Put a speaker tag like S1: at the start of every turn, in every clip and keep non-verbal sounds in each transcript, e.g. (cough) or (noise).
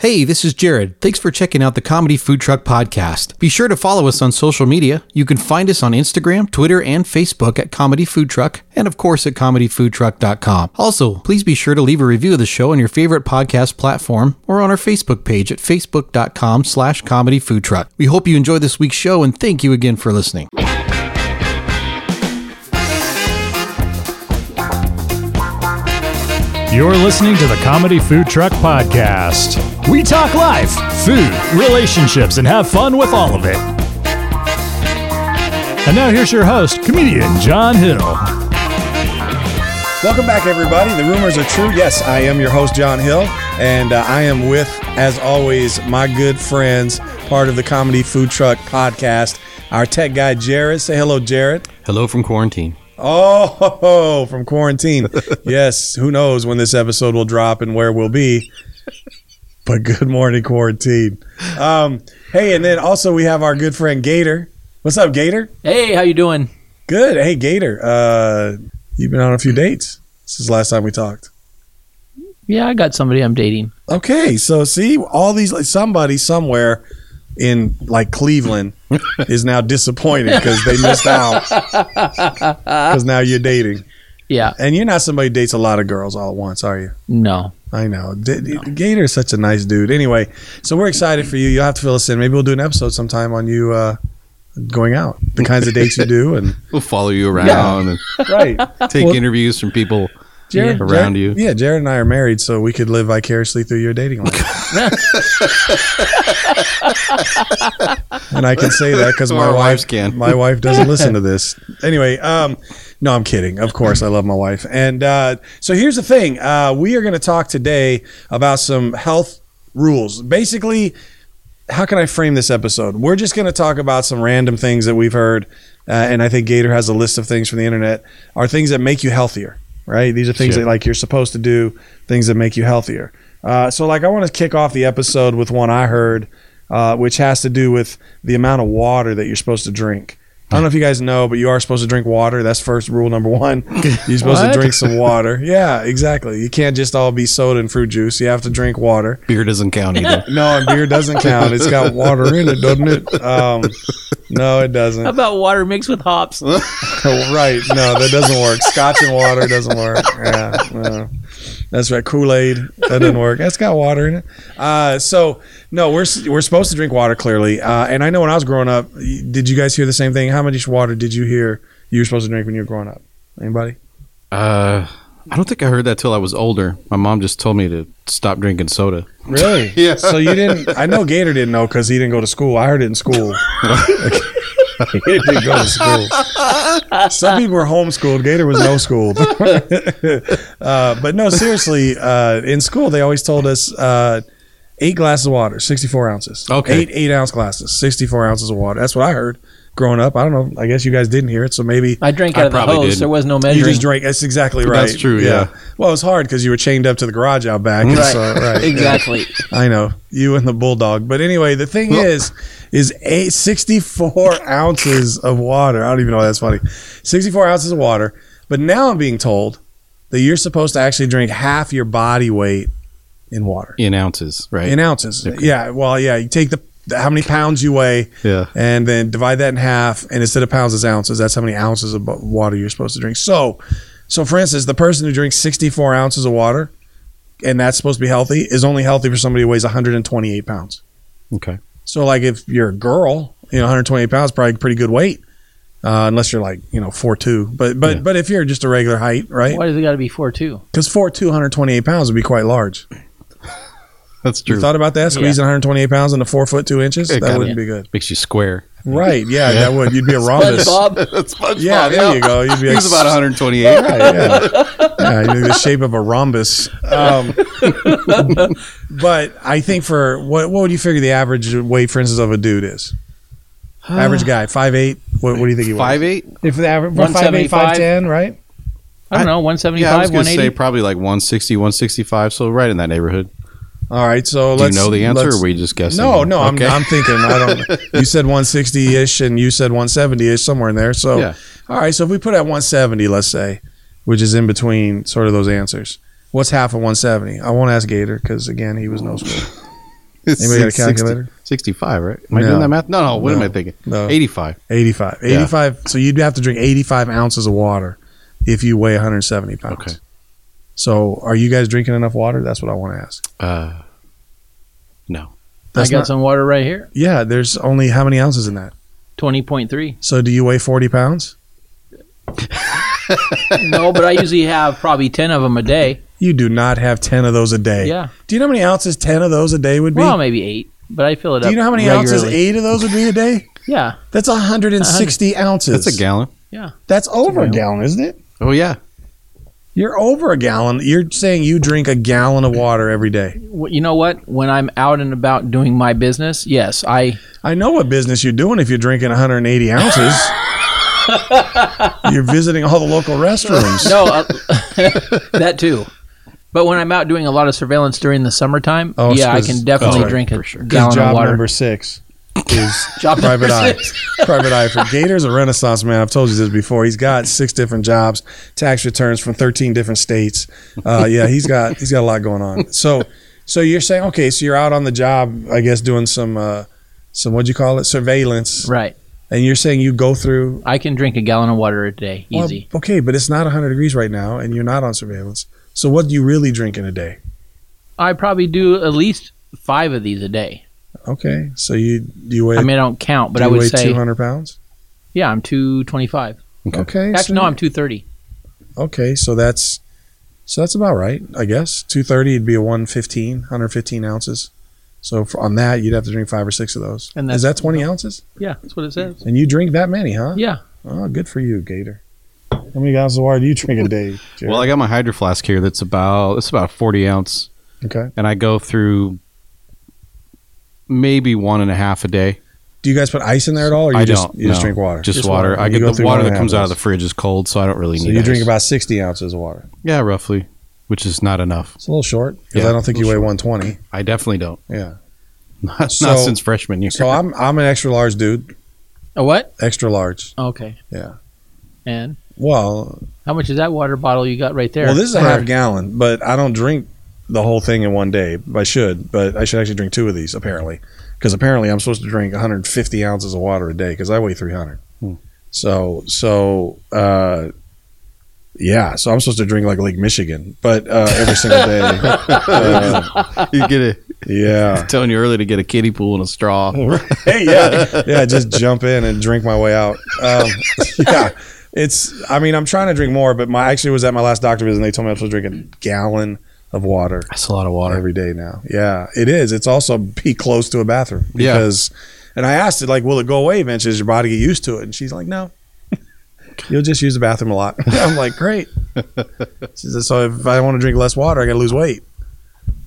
S1: Hey, this is Jared. Thanks for checking out the Comedy Food Truck Podcast. Be sure to follow us on social media. You can find us on Instagram, Twitter, and Facebook at Comedy Food Truck, and of course at comedyfoodtruck.com. Also, please be sure to leave a review of the show on your favorite podcast platform or on our Facebook page at facebook.com slash comedyfoodtruck. We hope you enjoy this week's show and thank you again for listening.
S2: You're listening to the Comedy Food Truck Podcast. We talk life, food, relationships, and have fun with all of it. And now here's your host, comedian John Hill.
S3: Welcome back, everybody. The rumors are true. Yes, I am your host, John Hill, and uh, I am with, as always, my good friends, part of the Comedy Food Truck Podcast, our tech guy, Jared. Say hello, Jared.
S1: Hello from quarantine.
S3: Oh, (laughs) ho, ho, from quarantine. yes, who knows when this episode will drop and where we'll be. But good morning, quarantine. Um, hey, and then also we have our good friend Gator. What's up, Gator?
S4: Hey, how you doing?
S3: Good. Hey, Gator. Uh, you've been on a few dates since the last time we talked.
S4: Yeah, I got somebody I'm dating.
S3: Okay, so see, all these like, somebody somewhere in like (laughs) Cleveland is now disappointed because they missed (laughs) out because now you're dating
S4: Yeah,
S3: and you're not somebody who dates a lot of girls all at once, are you?
S4: no.
S3: I know. D- D- Gator is such a nice dude. Anyway, so we're excited for you. You'll have to fill us in. Maybe we'll do an episode sometime on you uh, going out, the kinds of dates you do, and
S5: We'll follow you around
S3: right.
S5: and take
S3: Well-
S5: interviews from people around you.
S3: Yeah, Jared and I are married, so we could live vicariously through your dating
S5: (laughs)
S3: life. and I can say that because my
S5: Our
S3: wife,
S5: wives can.
S3: My wife
S5: (laughs)
S3: doesn't listen to this. Anyway, um, no, I'm kidding. Of course, I love my wife. And uh, so here's the thing: uh, we are going to talk today about some health rules. Basically, how can I frame this episode? We're just going to talk about some random things that we've heard, uh, and I think Gator has a list of things from the internet. Are things that make you healthier, right? These are things that like you're supposed to do, things that make you healthier. Uh, so, like, I want to kick off the episode with one I heard, uh, which has to do with the amount of water that you're supposed to drink. I don't know if you guys know, but you are supposed to drink water. That's first rule number one. You're supposed to
S4: What?
S3: drink some water. Yeah, exactly. You can't just all be soda and fruit juice. You have to drink water.
S1: Beer doesn't count either.
S3: No, and beer doesn't count. It's got water in it, doesn't it? Um, no, it doesn't.
S4: How about water mixed with (laughs)
S3: (laughs)
S4: hops?
S3: right? No, that doesn't work. Scotch and water doesn't work. Yeah, no. that's right. Kool Aid that doesn't work. That's got water in it. Uh, so no, we're s- we're supposed to drink water clearly. Uh, and I know when I was growing up, y- did you guys hear the same thing? How much water did you hear you were supposed to drink when you were growing up? Anybody?
S5: Uh, I don't think I heard that till I was older. My mom just told me to stop drinking soda.
S3: Really? yeah. So you didn't? I know Gator didn't know because he didn't go to school. I heard it in school. he didn't go to school. Some people were homeschooled. Gator was no schooled. (laughs) uh, but no, seriously, uh, in school they always told us uh, eight glasses of water, sixty-four ounces.
S5: Okay.
S3: Eight eight ounce glasses, sixty-four ounces of water. That's what I heard growing up. I don't know. I guess you guys didn't hear it, so maybe
S4: I drank
S5: I
S4: out of the
S5: probably
S4: hose.
S5: did.
S4: There was no
S3: you
S4: measuring.
S3: just drank. That's exactly right.
S5: That's true, yeah.
S3: Well, it was hard because you were chained up to the garage out back. and
S4: Right.
S3: so- right. (laughs)
S4: (laughs) exactly.
S3: I know you and the bulldog, but anyway, the thing is, is eight, 64 ounces of water. I don't even know why that's funny. Sixty-four ounces of water, but now I'm being told that you're supposed to actually drink half your body weight in water
S5: In ounces, right?
S3: in ounces. Yeah, well, yeah, you take the the- how many pounds you weigh,
S5: Yeah.
S3: and then divide that in half, and instead of pounds, it's ounces. That's how many ounces of bu- water you're supposed to drink. So, so for instance, the person who drinks 64 ounces of water, and that's supposed to be healthy, is only healthy for somebody who weighs 128 pounds.
S5: okay.
S3: So, like if you're a girl, you know, 128 pounds, probably pretty good weight. Uh, unless you're like you know four two, but but but if you're just a regular height, right?
S4: Why does it got to be four two?
S3: Because four two, 128 pounds would be quite large.
S5: That's
S3: You
S5: true. (laughs)
S3: thought about that? Squeezing 128 pounds into four foot two inches? that
S5: kinda-
S3: wouldn't be good.
S5: Makes you square.
S3: Right. Yeah, that would. You'd be a rhombus.
S4: SpongeBob.
S5: That's
S3: Yeah, there you go. You'd be
S5: He's
S3: like,
S5: about 128.
S3: Right, yeah. yeah, you'd be the shape of a rhombus. Um, (laughs) but I think for what what would you figure the average weight, for instance, of a dude is? Average guy, five eight. What, what do you think he was?
S5: Five eight?
S3: If the average five eight,
S4: 175.
S3: five ten, right?
S4: I don't know. One seventy
S5: Yeah, I was
S4: five.
S5: gonna
S4: One
S5: say
S4: eighty.
S5: probably like 160, 165. So right in that neighborhood.
S3: All right. So
S5: Do you
S3: let's
S5: know the answer? Or
S3: let's-
S5: were you just guessing?
S3: No, no,
S5: Okay. (laughs)
S3: I'm, I'm thinking. I (laughs) don't. You said 160 ish, and you said 170 ish, somewhere in there. So,
S5: Yeah.
S3: all right. So if we put at 170, let's say, which is in between sort of those answers, what's half of 170? I won't ask Gator because again, he was no school. Anybody got a
S5: 60
S3: calculator?
S5: 65, right? Am I
S3: No.
S5: doing that math? No, no. What am
S3: No.
S5: I thinking?
S3: No.
S5: 85.
S3: 85.
S5: Yeah.
S3: 85. So you'd have to drink 85 ounces of water if you weigh 170 pounds.
S5: Okay.
S3: So are you guys drinking enough water? That's what I want to ask.
S5: Uh,
S4: I
S3: That's
S4: got
S3: not-
S4: some water right here.
S3: yeah, there's only how many ounces in that?
S4: Twenty point three.
S3: So do you weigh 40 pounds?
S4: (laughs) No, but I usually have probably ten of them a day.
S3: You do not have 10 of those a day.
S4: Yeah.
S3: Do you know how many ounces 10 of those a day would be?
S4: Well, maybe eight. But I fill it up.
S3: do you know how many ounces
S4: regularly.
S3: 8 of those would be a day?
S4: Yeah.
S3: That's 160 ounces.
S5: that's a gallon.
S3: That's over a gallon, isn't it?
S5: Oh, yeah.
S3: You're over a gallon. You're saying you drink a gallon of water every day.
S4: Wh- You know what? When I'm out and about doing my business, yes, I
S3: I know what business you're doing if you're drinking 180
S4: (laughs)
S3: ounces. you're visiting all the local restrooms.
S4: no uh, (laughs) that too. But when I'm out doing a lot of surveillance during the summertime,
S3: Oh,
S4: yeah, I
S3: it's-
S4: can definitely
S3: oh,
S4: drink a
S3: Because
S4: gallon
S3: job
S4: of water.
S3: number six is
S4: Job
S3: private
S4: number
S3: eye.
S4: six.
S3: private eye for Gator's a renaissance man. I've told you this before. He's got six different jobs, tax returns from 13 different states. Uh, yeah, he's got he's got a lot going on. So so you're saying okay, so you're out on the job, I guess, doing some uh, some what'd you call it surveillance,
S4: Right.
S3: and you're saying you go through
S4: I can drink a gallon of water a day,
S3: well,
S4: easy.
S3: okay, but it's not 100 degrees right now, and you're not on surveillance. So what do you really drink in a day?
S4: I probably do at least five of these a day.
S3: Okay, so you do you weigh
S4: I mean, I don't count, but
S3: do
S4: I
S3: you
S4: would
S3: weigh
S4: say,
S3: 200 pounds?
S4: yeah, I'm 225.
S3: Okay, so
S4: Actually, no, I'm 230.
S3: okay so that's so that's about right i guess 230 would be a 115 115 ounces so for, on that you'd have to drink five or six of those
S4: And
S3: and is that
S4: that's-
S3: 20 ounces
S4: Yeah, that's what it says.
S3: and you drink that many huh
S4: Yeah.
S3: oh good for you gator how many ounces of water do you drink a day Jared?
S5: Well, I got my hydro flask here that's about, it's about 40 ounce.
S3: okay
S5: And I go through maybe one and a half a day.
S3: do you guys put ice in there at all or you
S5: I
S3: just
S5: don't.
S3: you just
S5: no.
S3: drink water
S5: Just, water. I
S3: You go
S5: get the
S3: through
S5: water
S3: one and
S5: that
S3: a
S5: comes
S3: half
S5: out of the
S3: ounce.
S5: fridge is cold, so I don't really
S3: so
S5: need
S3: you
S5: ice.
S3: drink about 60 ounces of water
S5: Yeah, roughly, which is not enough.
S3: it's a little short because
S5: Yeah,
S3: i don't think
S5: a
S3: you weigh
S5: little
S3: 120
S5: I definitely don't. (laughs)
S3: yeah
S5: Not,
S3: So-
S5: not since freshman year.
S3: so i'm i'm an extra large dude
S4: A what?
S3: extra large
S4: Okay.
S3: Yeah.
S4: And
S3: well
S4: how much is that water bottle you got right there?
S3: Well, this is a
S4: Or-
S3: half gallon, but I don't drink the whole thing in one day. I should, but I should actually drink two of these apparently, because apparently I'm supposed to drink 150 ounces of water a day because I weigh 300.
S5: Hmm.
S3: So, so uh, yeah, so I'm supposed to drink like Lake Michigan, but uh, every single day. (laughs) Uh,
S5: you get a,
S3: yeah.
S5: telling you earlier to get a kiddie pool and a straw.
S3: Hey, yeah, (laughs) yeah. Just jump in and drink my way out. Um, (laughs) yeah, it's. I mean, I'm trying to drink more, but my I actually was at my last doctor visit and they told me I'm supposed to drink a gallon of water
S5: That's a lot of water.
S3: every day now. Yeah, it is. It's also be close to a bathroom
S5: Yeah.
S3: because. And I asked it like, will it go away eventually? Does your body get used to it? And she's like, no. (laughs) You'll just use the bathroom a lot. (laughs) I'm like,
S5: (laughs)
S3: great. She says, so if I want to drink less water, I got to lose weight.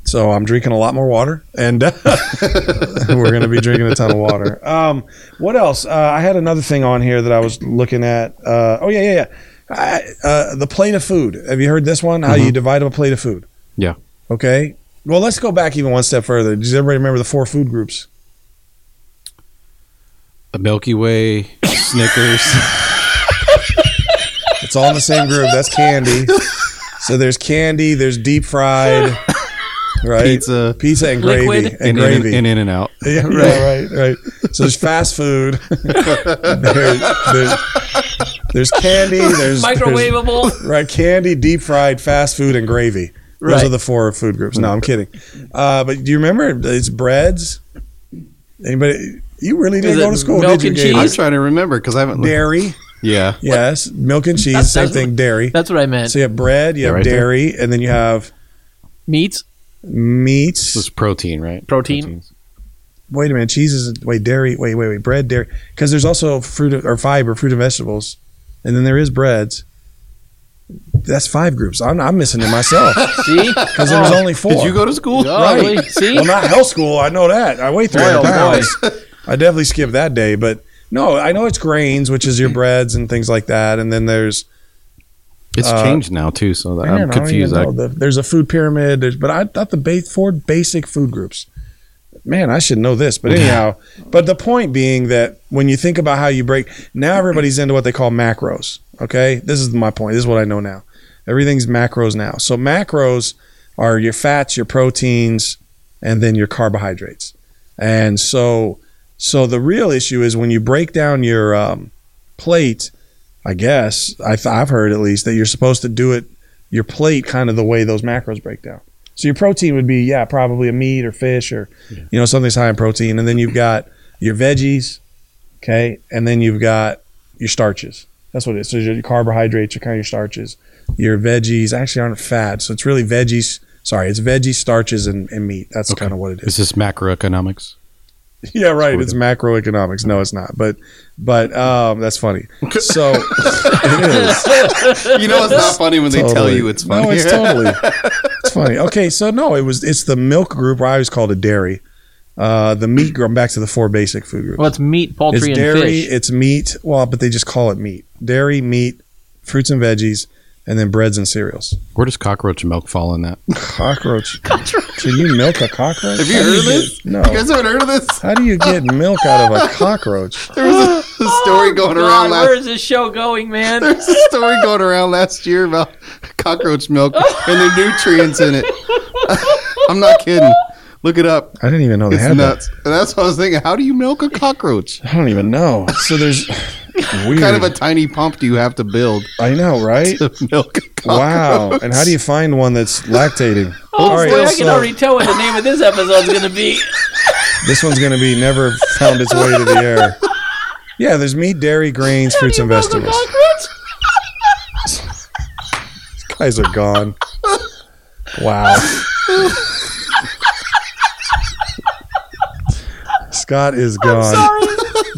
S3: So I'm drinking a lot more water, and (laughs) we're going to be drinking a ton of water. Um, what else? Uh, I had another thing on here that I was looking at. Uh, oh yeah, yeah, yeah. I, uh, the plate of food. Have you heard this one? How you divide up a plate of food?
S5: Mm-hmm. Yeah.
S3: Okay. Well, let's go back even one step further. Does everybody remember the four food groups?
S5: The Milky Way, (laughs) Snickers.
S3: It's all in the same group. That's candy. So there's candy. There's deep fried, right?
S5: Pizza.
S3: pizza and gravy,
S4: Liquid.
S3: and
S5: and,
S3: gravy.
S5: In, and in and out.
S3: Yeah, right, right, right. So there's fast food. there's, there's, there's candy. There's there's-
S4: Microwavable.
S3: right, candy, deep fried, fast food, and gravy. Those
S4: Right.
S3: are the four food groups. No, I'm kidding. Uh, but do you remember it's breads? Anybody? You really didn't
S4: it
S3: go to school,
S4: milk
S3: did you?
S4: and
S3: Gabe?
S5: I'm
S4: cheese?
S5: trying to remember because I haven't. looked-
S3: Dairy,
S5: Yeah.
S3: yes, milk and cheese,
S4: That's-
S3: same
S4: that's-
S3: thing. Dairy.
S4: (laughs) That's what I meant.
S3: So you have bread, you
S5: Yeah,
S3: have
S5: right there.
S3: dairy, and then you have
S4: Meats,
S3: meats.
S5: This is protein, right?
S4: Protein.
S5: Proteins.
S3: wait a minute, cheese is wait dairy. Wait, wait, wait, bread, dairy, because there's also fruit or fiber, fruit and vegetables, and then there is breads. That's five groups. I'm, I'm missing it myself (laughs)
S4: see?
S3: because
S5: (laughs)
S3: there was only four.
S5: Oh. Did you go to school?
S4: Golly, See?
S3: Well, not health school. I know that. I weigh 300
S4: Boy, oh,
S3: pounds. I definitely skipped that day, but no, I know it's grains, which is your
S5: Mm-hmm.
S3: breads and things like that, and then there's
S5: It's
S3: Uh,
S5: changed now too, so that,
S3: Man,
S5: I'm
S3: I don't
S5: confused.
S3: even
S5: I,
S3: know. The- there's a food pyramid, there's, but I thought the ba- four basic food groups. Man, I should know this, but
S5: (laughs)
S3: anyhow. but the point being that when you think about how you break, now everybody's into what they call macros. Okay, this is my point. This is what I know now. Everything's macros now. So macros are your fats, your proteins, and then your carbohydrates. And so, so the real issue is when you break down your um, plate. I guess I th- I've heard at least that you're supposed to do it your plate kind of the way those macros break down. So your protein would be yeah probably a meat or fish or you know something's high in protein, and then you've got your veggies, okay, and then you've got your starches. That's what it is. So your carbohydrates are kind of your starches. Your veggies actually aren't fat, so it's really veggies. Sorry, it's veggies, starches, and, and meat. That's
S5: Okay.
S3: kind of what it is.
S5: Is this macroeconomics?
S3: Yeah, right. It's macroeconomics. No, it's not. But but um, that's
S5: (laughs)
S3: funny. So it is.
S5: you know, it's not funny when they tell
S3: Totally.
S5: you it's funny.
S3: No, it's totally.
S5: (laughs)
S3: It's funny. Okay, so no, it was it's the milk group. Or I always called it dairy. Uh, the meat group. I'm back to the four basic food groups.
S4: Well, it's meat, poultry,
S3: it's
S4: and
S3: dairy.
S4: fish.
S3: It's meat. Well, but they just call it meat. Dairy, meat, fruits and veggies, and then breads and cereals.
S5: Where does cockroach milk fall in that?
S3: Cockroach. Can you milk a cockroach?
S5: Have you heard of this?
S3: No.
S5: You guys haven't heard of this?
S3: How do you get milk out of a cockroach?
S5: There was a, a story going
S4: Oh, God,
S5: around last
S4: where is this show going, man?
S5: There's a (laughs) story going around last year about cockroach milk and the nutrients in it. (laughs) I'm not kidding. Look it up.
S3: I didn't even know they
S5: It's
S3: had that.
S5: nuts. And that's what I was thinking. How do you milk a cockroach?
S3: I don't even know. So (laughs) there's weird.
S5: What kind of a tiny pump do you have to build
S3: I know, right?
S5: to milk a cockroach?
S3: Wow. And how do you find one that's lactating?
S4: Oh,
S3: All right,
S4: boy, I can
S3: so-
S4: already tell what the name of this episode's going
S3: (laughs)
S4: to be.
S3: This one's going to be never found its way to the air. Yeah, there's meat, dairy, grains, fruits, and vegetables. These guys are gone. Wow. Scott is gone.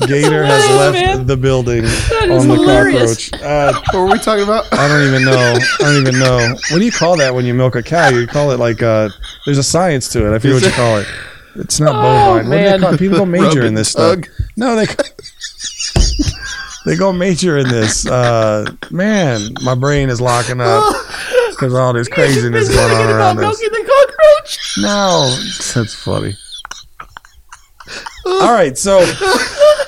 S3: Gator has left
S4: man.
S3: the building
S4: is
S3: on the
S4: hilarious.
S3: cockroach. Uh,
S5: What were we talking about? (laughs)
S3: I don't even know. I don't even know. What do you call that when you milk a cow? You call it like uh there's a science to it. I forget what you call it. It's not bovine. What do they
S4: man.
S3: call it? People go
S5: Rub
S3: major
S5: and
S3: in this
S5: tug.
S3: stuff. No, they (laughs) they go major in this. Uh, man, my brain is locking up because all this craziness going on around this. No, that's funny. All right, so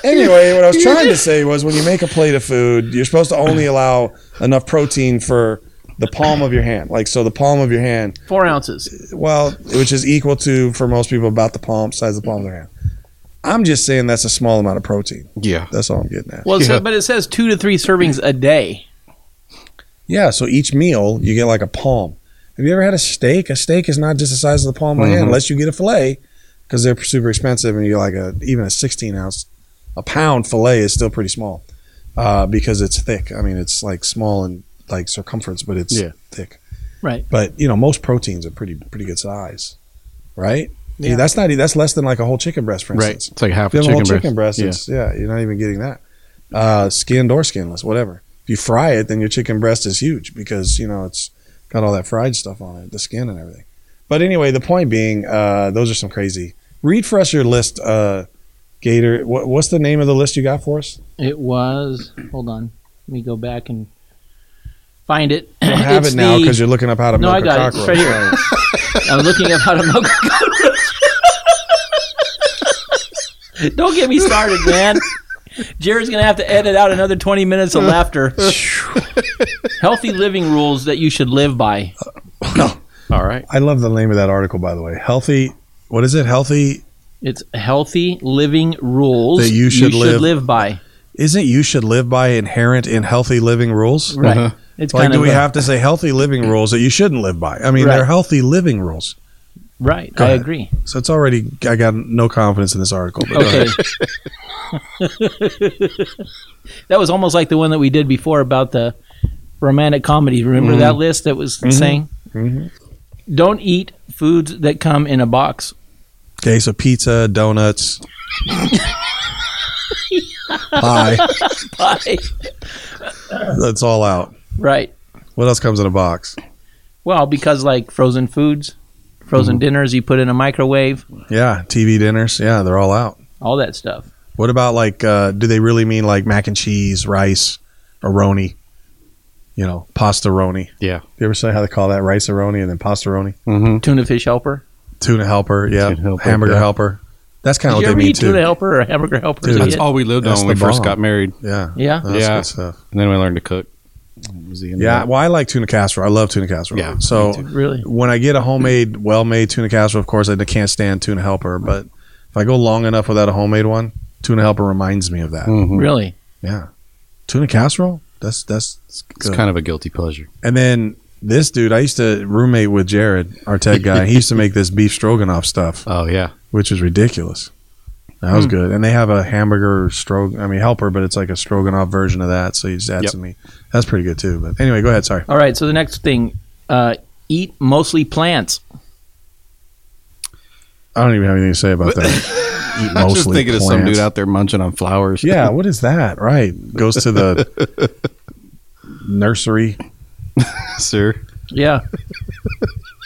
S3: anyway, what I was trying to say was when you make a plate of food, you're supposed to only allow enough protein for the palm of your hand. Like, so the palm of your hand,
S4: Four ounces.
S3: well, which is equal to, for most people, about the palm, size of the palm of their hand. I'm just saying that's a small amount of protein.
S5: Yeah.
S3: That's all I'm getting at.
S4: Well, it
S5: Yeah.
S4: says- but it says two to three servings a day.
S3: Yeah, so each meal, you get like a palm. Have you ever had a steak? A steak is not just the size of the palm of my hand unless you get a filet because they're super expensive and you get like a even a 16 ounce a pound fillet is still pretty small uh, because it's thick. I mean, it's like small in like circumference, but it's
S5: Yeah.
S3: thick.
S4: Right.
S3: But you know, most proteins are pretty pretty good size, right? Yeah. that's not e, that's less than like a whole chicken breast, for
S5: Right.
S3: instance.
S5: It's like half
S3: If you
S5: a
S3: have a whole
S5: chicken,
S3: chicken breast, it's,
S5: breast.
S3: yeah, you're not even getting that. Uh, skinned or skinless, whatever. If you fry it, then your chicken breast is huge because you know it's got all that fried stuff on it, the skin and everything. But anyway, the point being, uh, those are some crazy. Read for us your list, uh, Gator. What, what's the name of the list you got for us?
S4: It was. Hold on. Let me go back and find it.
S3: I
S4: (laughs)
S3: don't have
S4: It's
S3: it now
S4: the-
S3: because you're looking up how to
S4: No,
S3: milk
S4: I
S3: a
S4: got it. It's
S3: cockroach.
S4: right here. I'm looking up how to milk a cockroach. Don't get me started, man. Jared's gonna have to edit out another 20 minutes of laughter. Healthy living rules that you should live by.
S5: All right.
S3: I love the name of that article, by the way. Healthy. What is it? Healthy.
S4: It's healthy living rules
S3: That you should live-
S4: by.
S3: Isn't you should live by inherent in healthy living rules?
S4: Right. It's
S3: Like,
S4: kind
S3: do
S4: of
S3: we
S4: a-
S3: have to say healthy living rules that you shouldn't live by? I mean,
S4: Right.
S3: they're healthy living rules.
S4: right.
S3: Go
S4: I
S3: ahead.
S4: agree.
S3: So it's already, I got no confidence in this article. But
S4: Okay. (laughs) that was almost like the one that we did before about the romantic comedy. Remember that
S3: Mm-hmm.
S4: list that was saying? Don't eat foods that come in a box. (laughs)
S3: Okay, so pizza, donuts. Pie.
S4: Bye.
S3: That's all out.
S4: right.
S3: What else comes in a box?
S4: Well, because like frozen foods, frozen
S3: Mm-hmm.
S4: dinners you put in a microwave,
S3: Yeah, TV dinners. Yeah, they're all out.
S4: all that stuff.
S3: What about like, uh, do they really mean like mac and cheese, rice, aroni? You know, pasta roni.
S5: Yeah.
S3: You ever say how they call that? Rice aroni and then pasta roni?
S5: Mm-hmm.
S4: Tuna fish helper.
S3: Tuna helper. Yeah.
S5: Tuna helper,
S3: Hamburger
S5: yeah.
S3: helper. That's kind of
S4: Did you
S3: what
S4: ever
S3: they mean
S4: eat tuna
S3: too.
S4: helper or hamburger helper? as a
S3: Dude, Uh,
S5: That's
S4: kid?
S5: all we lived
S3: That's
S5: on when we
S3: the
S5: first
S3: bomb.
S5: got married.
S3: Yeah. Oh,
S4: Yeah.
S3: That's
S5: Yeah.
S3: good stuff.
S5: And then we learned to cook. What was the end of
S3: Yeah,
S5: that?
S3: well, I like tuna casserole. I love tuna casserole.
S5: Yeah,
S3: so
S4: Really?
S3: when I get a homemade, well-made tuna casserole, of course, I can't stand tuna helper. But if I go long enough without a homemade one, tuna helper reminds me of that.
S5: Mhm.
S4: Really?
S3: Yeah, tuna casserole. That's that's
S5: It's, it's
S3: Good.
S5: kind of a guilty pleasure.
S3: and then this dude. I used to roommate with Jared, our
S5: (laughs)
S3: tech guy. he used to make this beef stroganoff stuff,
S5: Oh yeah,
S3: which is ridiculous. That
S5: Hmm.
S3: was good. And they have a hamburger strog. I mean helper, but it's like a stroganoff version of that. So you just add
S5: Yep.
S3: some meat. That's pretty good too. But anyway, go ahead. Sorry.
S4: All right. So the next thing, uh, eat mostly plants.
S3: I don't even have anything to say
S5: (laughs)
S3: about that. Eat
S5: I'm just thinking of some
S3: plants.
S5: dude out there munching on flowers. (laughs)
S3: Yeah, what is that? Right. Goes to the nursery.
S5: sir.
S4: Yeah.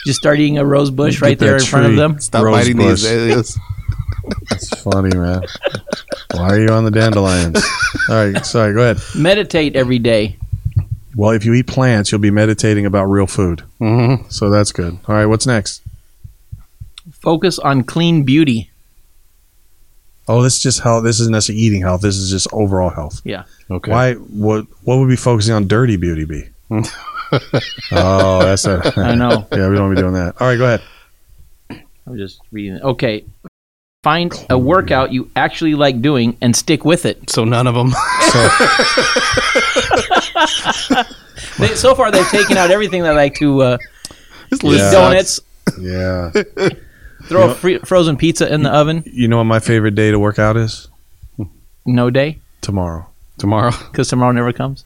S4: Just start eating a rose bush right
S3: Get
S4: there in
S3: that
S4: front of
S3: tree.
S4: them.
S5: Stop
S3: Rose
S5: biting
S3: bush.
S5: these azaleas.
S3: That's funny, man. Why are you on the dandelions? All right, sorry, go ahead.
S4: Meditate every day.
S3: Well, if you eat plants, you'll be meditating about real food.
S5: Mhm.
S3: So that's good. All right, what's next?
S4: Focus on clean beauty.
S3: Oh, this is just health. This isn't necessarily eating health. This is just overall health.
S5: Okay.
S3: Why? What? What would be focusing on dirty beauty
S5: (laughs)
S3: be? oh, that's it. (laughs)
S4: I know.
S3: yeah, we don't want to be doing that. All right, go ahead.
S4: I'm just reading. it. Okay. Find a workout you actually like doing and stick with it.
S5: So none of them.
S4: They, so far, they've taken out everything that I like
S3: (laughs)
S4: to uh,
S5: (laughs) This
S4: eat
S5: list sucks.
S4: donuts,
S3: Yeah.
S4: throw a free, frozen pizza in the oven.
S3: You know what my favorite day to work out is?
S4: No day,
S3: Tomorrow.
S5: (laughs) Tomorrow.
S4: because tomorrow never comes.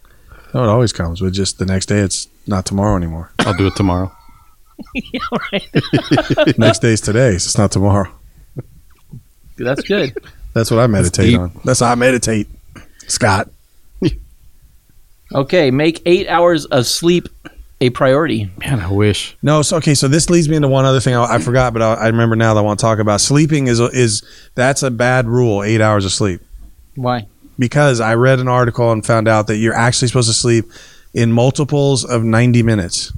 S3: No, it always comes, but just the next day, it's not tomorrow (laughs) anymore.
S5: I'll do it tomorrow.
S4: yeah, right.
S3: next day's today, so it's not tomorrow.
S4: That's good.
S3: (laughs) That's what I meditate
S5: deep.
S3: on. That's how I meditate, Scott.
S4: Okay, make eight hours of sleep a priority.
S5: Man, I wish.
S3: No, so okay, so this leads me into one other thing I, I forgot, but I, I remember now that I want to talk about. Sleeping is is that's a bad rule. Eight hours of sleep.
S4: Why?
S3: because I read an article and found out that you're actually supposed to sleep in multiples of 90 minutes.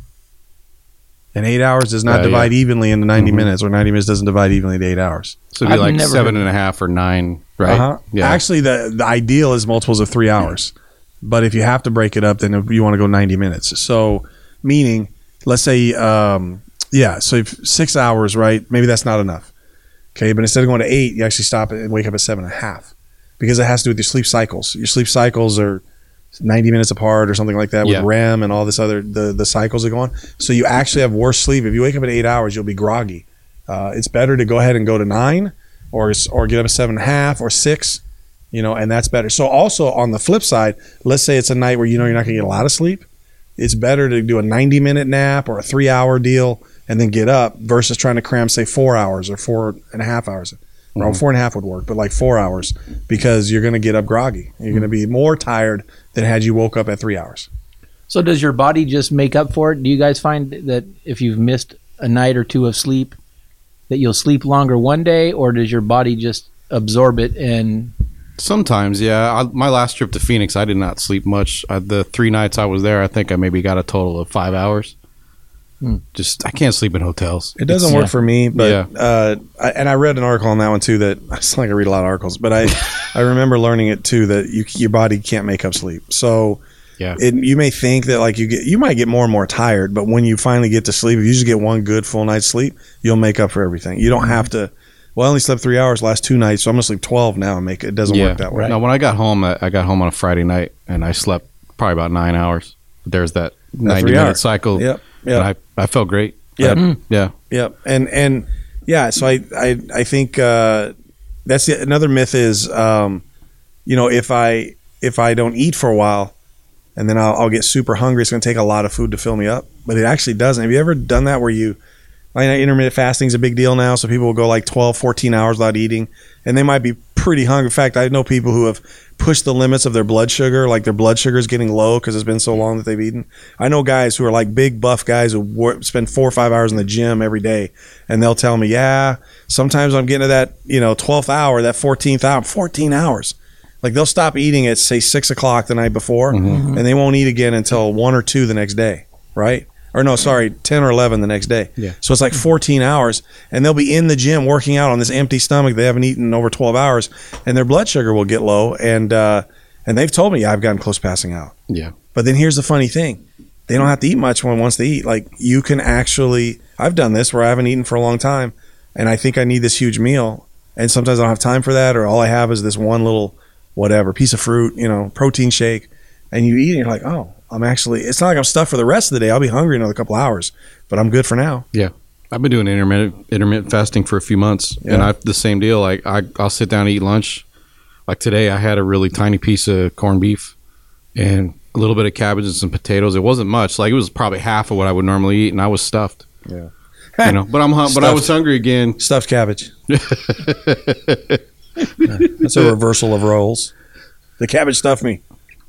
S3: And eight hours does not
S5: Yeah,
S3: divide evenly into 90 minutes, or 90 minutes doesn't divide evenly into eight hours.
S5: So it'd be
S4: I've
S5: like
S4: never
S5: seven
S4: heard-
S5: and a half or nine, right?
S3: Uh-huh.
S5: Yeah.
S3: Actually, the, the ideal is multiples of three hours. But if you have to break it up, then you want to go 90 minutes. So, meaning, let's say, um, yeah, so if six hours, right? Maybe that's not enough. Okay. But instead of going to eight, you actually stop it and wake up at seven and a half because it has to do with your sleep cycles. Your sleep cycles are 90 minutes apart or something like that with
S5: Yeah.
S3: REM and all this other, the, the cycles that go on. So, you actually have worse sleep. If you wake up at eight hours, you'll be groggy. Uh, it's better to go ahead and go to nine or or get up a seven and a half or six, you know, and that's better. So also on the flip side, let's say it's a night where you know you're not going to get a lot of sleep. It's better to do a 90 minute nap or a three hour deal and then get up versus trying to cram say four hours or four and a half hours. Well, four and a half would work, but like four hours because you're going to get up groggy. You're going to be more tired than had you woke up at three hours.
S4: So does your body just make up for it? Do you guys find that if you've missed a night or two of sleep, that you'll sleep longer one day, or does your body just absorb it and
S5: Sometimes, yeah. I, my last trip to Phoenix, I did not sleep much. Uh the three nights I was there, I think I maybe got a total of five hours.
S4: Hmm.
S5: Just I can't sleep in hotels.
S3: It doesn't
S4: It's-
S3: work
S4: yeah.
S3: for me, but
S5: Yeah.
S3: uh, I, and I read an article on that one too. That (laughs) I sound like I read a lot of articles, but I
S5: (laughs)
S3: I remember learning it too that you, your body can't make up sleep. So
S5: Yeah.
S3: it, you may think that like you get you might get more and more tired, but when you finally get to sleep, if you just get one good full night's sleep, you'll make up for everything. You
S5: Mm-hmm.
S3: don't have to. Well, I only slept three hours last two nights, so I'm gonna sleep twelve now and make it. Doesn't
S5: yeah.
S3: work that way.
S5: Now, when I got home, I, I got home on a Friday night and I slept probably about nine hours. There's that ninety
S3: three-hour.
S5: minute cycle.
S3: Yep.
S5: And
S3: Yep.
S5: I I felt great.
S3: Yep.
S5: I- yeah.
S3: Yep. And and yeah, so I I, I think uh, that's the, another myth is um, you know if I if I don't eat for a while and then I'll, I'll get super hungry, it's going to take a lot of food to fill me up, but it actually doesn't. Have you ever done that where you like intermittent fasting's a big deal now, so people will go like 12, 14 hours without eating, and they might be pretty hungry. In fact, I know people who have pushed the limits of their blood sugar, like their blood sugar's getting low because it's been so long that they've eaten. I know guys who are like big buff guys who wor- spend four or five hours in the gym every day, and they'll tell me, "Yeah, sometimes I'm getting to that you know twelfth hour, that fourteenth hour, fourteen hours." Like they'll stop eating at say six o'clock the night before, and they won't eat again until one or two the next day, right? Or no, sorry, ten or eleven the next day.
S5: Yeah.
S3: So it's like fourteen hours, and they'll be in the gym working out on this empty stomach. They haven't eaten in over twelve hours, and their blood sugar will get low, and uh, and they've told me, "Yeah, I've gotten close to passing out."
S5: Yeah.
S3: But then here's the funny thing. They don't have to eat much when once they eat. Like you can actually I've done this where I haven't eaten for a long time and I think I need this huge meal and sometimes I don't have time for that or all I have is this one little whatever piece of fruit, you know, protein shake and you eat and you're like, "Oh, I'm actually it's not like I'm stuffed for the rest of the day. I'll be hungry another couple hours, but I'm good for now."
S1: I've been doing intermittent intermittent fasting for a few months, and
S3: Yeah.
S1: I've the same deal. Like I, I'll sit down and eat lunch. Like today, I had a really tiny piece of corned beef and a little bit of cabbage and some potatoes. It wasn't much. Like it was probably half of what I would normally eat, and I was stuffed.
S3: Yeah.
S1: (laughs) you know, but I'm hu- but I was
S3: Stuffed.
S1: hungry again.
S3: Stuffed cabbage. That's a reversal of roles. The cabbage stuffed me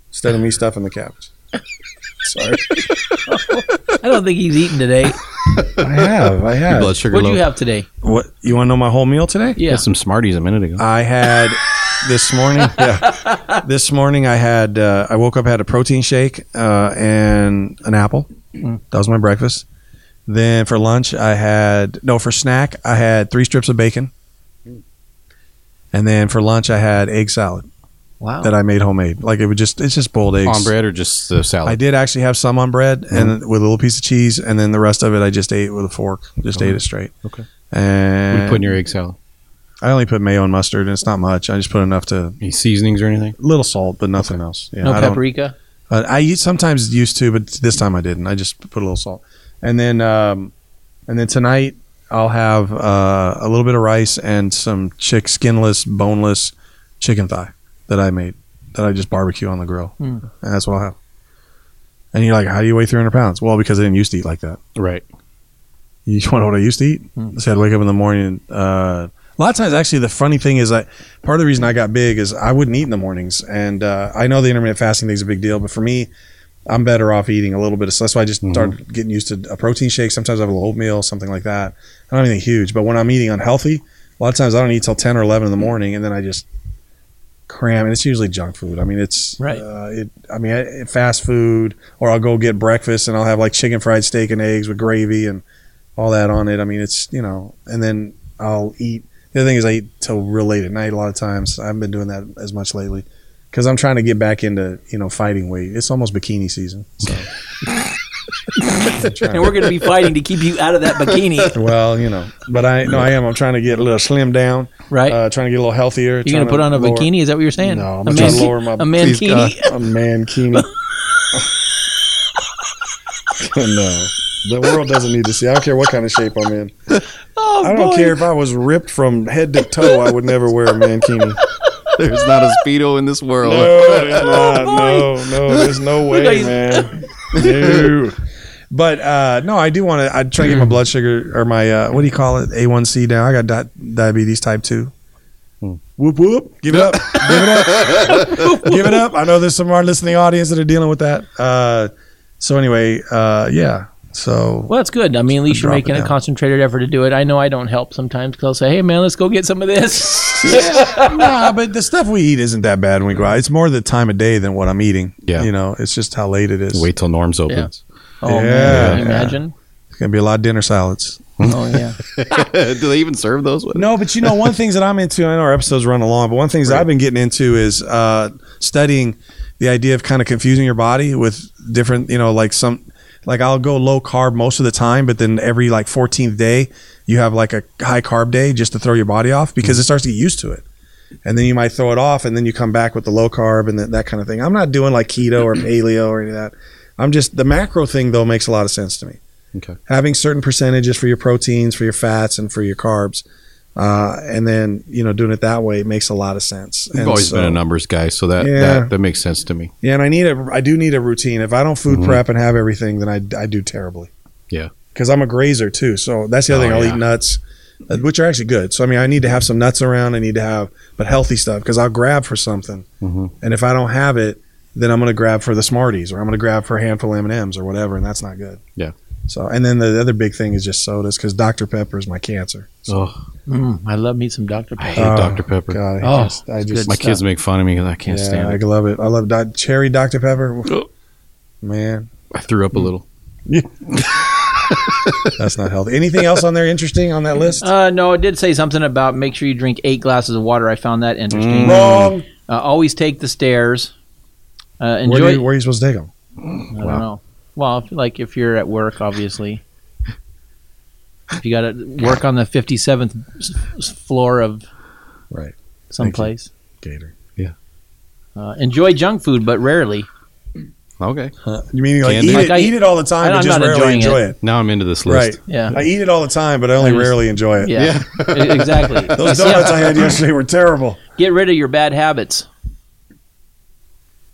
S3: instead of me stuffing the cabbage. Sorry.
S4: (laughs) I don't think he's eating today.
S3: I have. I
S1: Your
S3: have.
S1: blood sugar
S4: What do
S1: low.
S4: you have today?
S3: What you want to know my whole meal today?
S1: I
S4: Yeah.
S1: had some Smarties a minute ago. (laughs)
S3: I had this morning. Yeah, this morning I had. Uh, I woke up had a protein shake uh, and an apple.
S1: Mm.
S3: That was my breakfast. Then for lunch I had no for snack I had three strips of bacon. And then for lunch I had egg salad
S4: Wow.
S3: that I made homemade. Like it would just it's just boiled eggs
S1: on bread or just the
S3: I
S1: salad? Mm.
S3: did actually have some on bread and with a little piece of cheese, and then the rest of it I just ate with a fork. Just ate it straight.
S1: Okay. What do
S3: And
S1: you put in your egg salad?
S3: I only put mayo and mustard, and it's not much. I just put enough to
S1: Any seasonings or anything?
S3: little salt, but nothing else. Yeah,
S4: no
S3: I don't-
S4: paprika.
S3: uh, I used- sometimes used to, but this time I didn't. I just put a little salt, and then um, and then tonight I'll have uh, a little bit of rice and some chick skinless, boneless chicken thigh that I made that I just barbecue on the grill,
S4: Hmm.
S3: and that's what I'll have. And you're like, how do you weigh 300 pounds? Well, because I didn't used to eat like that.
S1: Right.
S3: You just want to know what I used to eat?
S4: Mm.
S3: So I'd wake up in the morning. Uh, a lot of times, actually, the funny thing is that part of the reason I got big is I wouldn't eat in the mornings. And uh, I know the intermittent fasting thing's a big deal, but for me, I'm better off eating a little bit. Of, so that's why I just started getting used to a protein shake. Sometimes I have a little oatmeal, something like that. I don't have anything huge, but when I'm eating unhealthy, a lot of times I don't eat till 10 or 11 in the morning, and then I just cram. And it's usually junk food. I mean, it's
S4: Right.
S3: Uh, it, I mean, I, fast food, or I'll go get breakfast and I'll have like chicken fried steak and eggs with gravy and all that on it. I mean, it's you know, and then I'll eat. The other thing is I eat till real late at night a lot of times. I haven't been doing that as much lately because I'm trying to get back into you know fighting weight. It's almost bikini season. So.
S4: And we're going to be fighting to keep you out
S3: (laughs)
S4: of that bikini,
S3: well, you know, but I no, I am. I'm trying to get a little slim down.
S4: right?
S3: Uh, trying to get a little healthier.
S4: You're going to put on a bikini? Is that what you're saying?
S3: No, I'm
S4: a
S3: gonna try to
S4: manki-
S3: lower my-
S4: A
S5: Please, God.
S4: mankini?
S3: A
S4: (laughs)
S3: mankini. (laughs) no, the world doesn't need to see. I don't care what kind of shape I'm in.
S4: (laughs) Oh,
S3: I don't
S4: boy.
S3: care if I was ripped from head to toe. I would never wear a mankini.
S5: There's not a speedo in this world.
S3: No, there's not.
S4: (laughs) boy.
S3: No, Oh, no, there's
S4: (laughs)
S3: no
S4: Guys.
S3: way,
S4: (laughs)
S3: man. No. But uh, no, I do want to. I try to get my
S4: Mm.
S3: blood sugar or my uh, what do you call it? A one C down. I got di- diabetes type two.
S1: Hmm.
S3: Whoop whoop! Give it up! Give it up!
S4: (laughs)
S3: Give it up! I know there's some of our listening audience that are dealing with that. Uh, so anyway, uh, yeah. So
S4: Well, that's good. I mean, at least you're
S3: drop
S4: making
S3: it
S4: a
S3: down.
S4: concentrated effort to do it. I know I don't help sometimes because I'll say, hey, man, let's go get some of this. (laughs)
S3: nah, but the stuff we eat isn't that bad when we go out. It's more the time of day than what I'm eating.
S1: Yeah.
S3: you know, it's just how late it is.
S1: Wait till Norm's opens.
S4: Oh,
S3: Yeah.
S4: man. Can you
S3: Yeah.
S4: imagine?
S3: It's gonna be a lot of dinner salads.
S4: Oh, yeah.
S5: Uh, Do they even serve
S3: (laughs)
S5: those? What-
S3: No, but you know, one things that I'm into, I know our episodes run along, but one things I've been getting into is uh, studying the idea of kind of confusing your body with different, you know, like some, like I'll go low carb most of the time, but then every like 14th day, you have like a high carb day just to throw your body off because it starts to get used to it. And then you might throw it off and then you come back with the low carb and that that kind of thing. I'm not doing like
S1: (clears throat)
S3: keto or paleo or any of that. I'm just, the macro thing though makes a lot of sense to me
S1: Okay.
S3: having certain percentages for your proteins, for your fats, and for your carbs, uh, and then you know doing it that way makes a lot of sense.
S1: I've
S3: And
S1: always
S3: so-
S1: been a numbers guy, so that,
S3: Yeah.
S1: that that makes sense to me.
S3: Yeah, and I need a I do need a routine. If I don't food prep and have everything, then I I do terribly.
S1: Mm-hmm. Yeah.
S3: because I'm a grazer too. So that's the other
S1: Oh,
S3: thing. I'll
S1: yeah.
S3: eat nuts, uh, which are actually good. So I mean, I need to have some nuts around. I need to have but healthy stuff because I'll grab for something,
S1: Mhm.
S3: and if I don't have it, then I'm going to grab for the Smarties or I'm going to grab for a handful of M and M's or whatever, and that's not good.
S1: Yeah.
S3: So and then the other big thing is just sodas because Dr Pepper is my cancer.
S1: Oh,
S4: Mm, I love me some Dr.
S1: I
S4: Pepper.
S1: hate
S3: Oh,
S1: Dr Pepper.
S3: God, I
S4: Oh,
S3: just, I
S4: it's
S3: just
S1: My
S4: Stop.
S1: kids make fun of me because I can't
S3: yeah,
S1: stand
S3: I
S1: it.
S3: love it. I love Doc, cherry Dr Pepper.
S1: Oh.
S3: Man,
S1: I threw
S3: Mm.
S1: up a little.
S3: that's not healthy. Anything else on there interesting on that list?
S4: Uh, no, it did say something about make sure you drink eight glasses of water. I found
S3: Mm.
S4: that interesting.
S3: Wrong.
S4: Uh, always take the stairs. Uh,
S3: Where, do
S4: enjoy.
S3: you, where are you supposed to take them?
S4: I don't know. Well, if, like if you're at
S3: (laughs)
S4: work, obviously. If you got to work on the 57th s- s- floor of
S3: Right.
S4: someplace.
S3: Gator.
S4: Uh, enjoy junk food, but rarely.
S5: Okay.
S3: You mean like
S5: Candy?
S3: eat
S4: Like
S3: it,
S4: I-
S3: eat it all the time,
S4: I'm
S3: but just
S4: not
S3: rarely
S4: enjoying
S3: enjoy it.
S5: Now I'm into this
S3: Right.
S5: list.
S4: Yeah.
S3: I eat it all the time, but I only
S4: I just-
S3: rarely enjoy it.
S4: Yeah. E- exactly.
S3: (laughs) Those
S4: (laughs) Yeah.
S3: donuts I had yesterday were terrible.
S4: Get rid of your bad habits.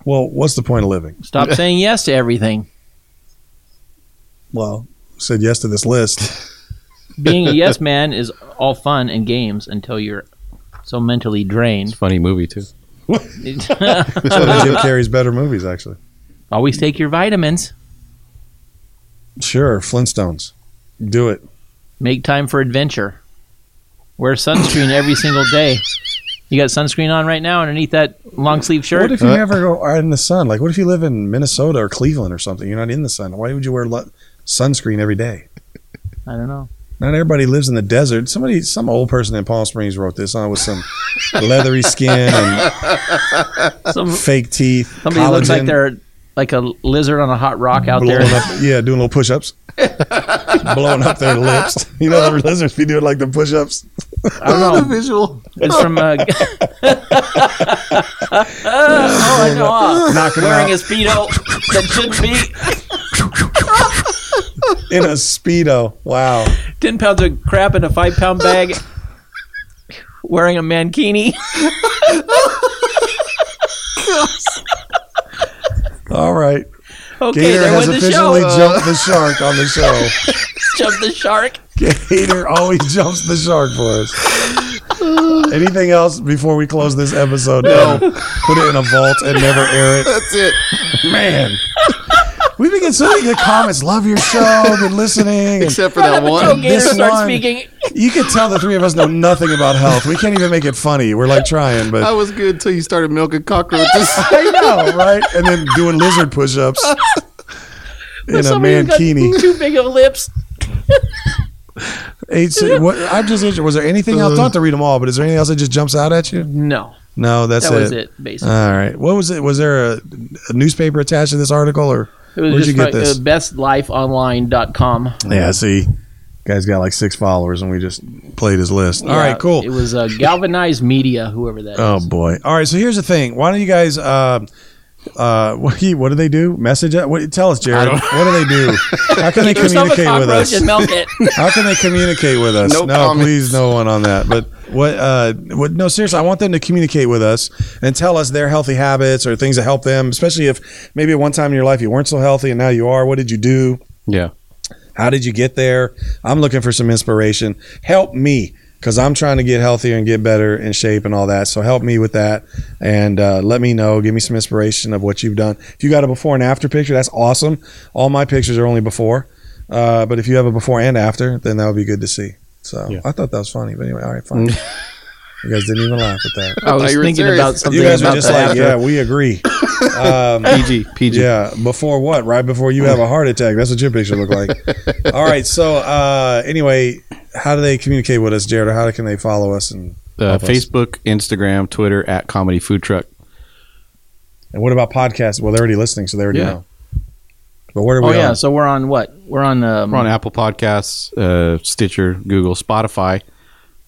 S3: Well, what's the point of living? (laughs)
S4: Stop saying yes to everything.
S3: Well, said yes to this
S4: (laughs)
S3: list.
S4: Being a
S3: (laughs)
S4: yes man is all fun and games until you're so mentally drained. (laughs)
S5: Funny movie too.
S3: It's one of Jim Carrey's better movies, actually.
S4: Always take your vitamins.
S3: Sure, Flintstones. Do it.
S4: Make time for adventure. Wear sunscreen every single day. You got sunscreen on right now underneath that long sleeve shirt.
S3: What if you never go out in the sun? Like, what if you live in Minnesota or Cleveland or something? You're not in the sun. Why would you wear lo- sunscreen every day?
S4: I don't know.
S3: Not everybody lives in the desert. Somebody, some old person in Palm Springs wrote this on with some leathery skin and
S4: Some,
S3: fake teeth.
S4: somebody looks like
S3: collagen,
S4: they're like a lizard on a hot rock out there.
S3: blowing up. Yeah, doing little push-ups, blowing up their lips. You know, the lizards be doing like the push-ups.
S4: I don't know.
S5: The visual.
S4: It's from.
S3: (laughs)
S4: Uh, (laughs) oh, I know. ah.
S3: Knocking them
S4: Wearing
S3: out
S4: his speedo that shouldn't be
S3: in a speedo. Wow.
S4: ten pounds of crap in a five pound bag. Wearing a mankini. (laughs)
S3: All right.
S4: Okay,
S3: Gator
S4: there
S3: has
S4: went the show.
S3: officially jumped the shark on the show.
S4: Jump
S3: (laughs)
S4: the shark.
S3: Gator always jumps the shark for us. Anything else before we close this episode? No. Put it in a vault and never air it.
S5: That's it.
S3: Man. We've been getting so many good comments. Love your show. Good listening. And
S5: Except for that
S4: Oh,
S5: one.
S4: Gator
S3: this
S4: starts
S3: one-
S4: speaking.
S3: you can tell the three of us know nothing about health. We can't even make it funny. We're like trying,
S5: That
S3: but
S5: was good until you started milking cockroaches.
S3: (laughs) I know, right? And then doing lizard push ups in a
S4: Somebody who's got
S3: mankini.
S4: Too big of lips.
S3: (laughs) Eight, si- what, I'm just interested. Was there anything else? Not to read them all, but is there anything else that just jumps out at you?
S4: No,
S3: No, that's Uh,
S4: that was it.
S3: All
S4: Basically,
S3: right. What was it? Was there a, a newspaper attached to this article, or
S4: it was
S3: where'd
S4: just
S3: you get
S4: from,
S3: this?
S4: Uh, bestlifeonline.com.
S3: yeah? See, guy's got like six followers, and we just played his list. All right, cool.
S4: It was uh, Galvanized Media, whoever that is.
S3: Oh boy! All right, so here's the thing. Why don't you guys? Uh, uh, (laughs) what, do you- what do they do? Message us. What, tell us, Jared. What do they do? How can they
S4: Yourself a
S3: communicate with
S4: cockroach
S3: us? (laughs)
S4: and milk it.
S3: How can they communicate with us?
S5: No
S3: no,
S5: comments.
S3: please, no one on that. But what? Uh, what? No, seriously, I want them to communicate with us and tell us their healthy habits or things that help them. Especially if maybe at one time in your life you weren't so healthy and now you are. What did you do?
S5: Yeah.
S3: How did you get there? I'm looking for some inspiration. Help me because I'm trying to get healthier and get better in shape and all that. So help me with that and uh, let me know. Give me some inspiration of what you've done. If you got a before and after picture, that's awesome. All my pictures are only before. Uh, but if you have a before and after, then that would be good to see. So I thought that was funny. But anyway, all right,
S4: (laughs)
S3: fine. you guys didn't even laugh at that.
S4: I was
S5: (laughs) you were
S4: thinking
S5: serious.
S4: about something
S3: You guys were
S4: about
S3: just
S4: that
S3: like,
S4: after.
S3: yeah, we agree.
S5: PG. PG.
S3: Yeah, before what? Right before you have a heart attack. That's what your picture looked
S4: (laughs)
S3: like. All right. So uh, anyway, how do they communicate with us, Jared? Or how can they follow us? And
S5: Uh,
S1: Facebook, Instagram, Twitter at Comedy Food Truck.
S3: and what about podcasts? Well, they're already listening, so they already
S1: Yeah.
S3: know. But where are we?
S4: Oh
S3: on?
S4: yeah, so we're on what? We're on um,
S3: Mm.
S1: We're on Apple Podcasts, uh, Stitcher, Google, Spotify,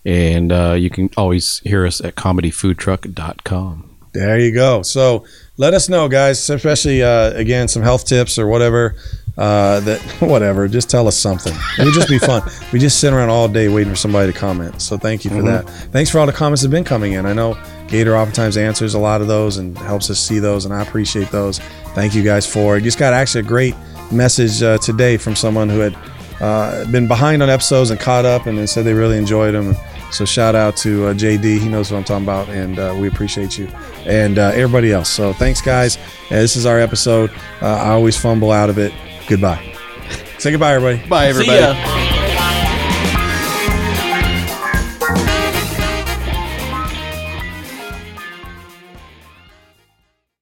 S1: and uh, you can always hear us at comedyfoodtruck.com.
S3: There you go. So let us know, guys. Especially uh, again, some health tips or whatever. Uh, that (laughs) whatever. Just tell us something. It would just be fun. We just sit around all day waiting for somebody to comment. So thank you for
S4: Mm-hmm.
S3: that. Thanks for all the comments that have been coming in. I know Gator oftentimes answers a lot of those and helps us see those, and I appreciate those. Thank you guys for it. Just got actually a great message uh, today from someone who had uh, been behind on episodes and caught up and then said they really enjoyed them. So shout out to uh, JD. He knows what I'm talking about, and uh, we appreciate you and uh, everybody else. So thanks, guys. Uh, this is our episode. Uh, I always fumble out of it. Goodbye. (laughs) Say goodbye, everybody.
S5: Bye,
S4: See
S5: everybody.
S4: ya.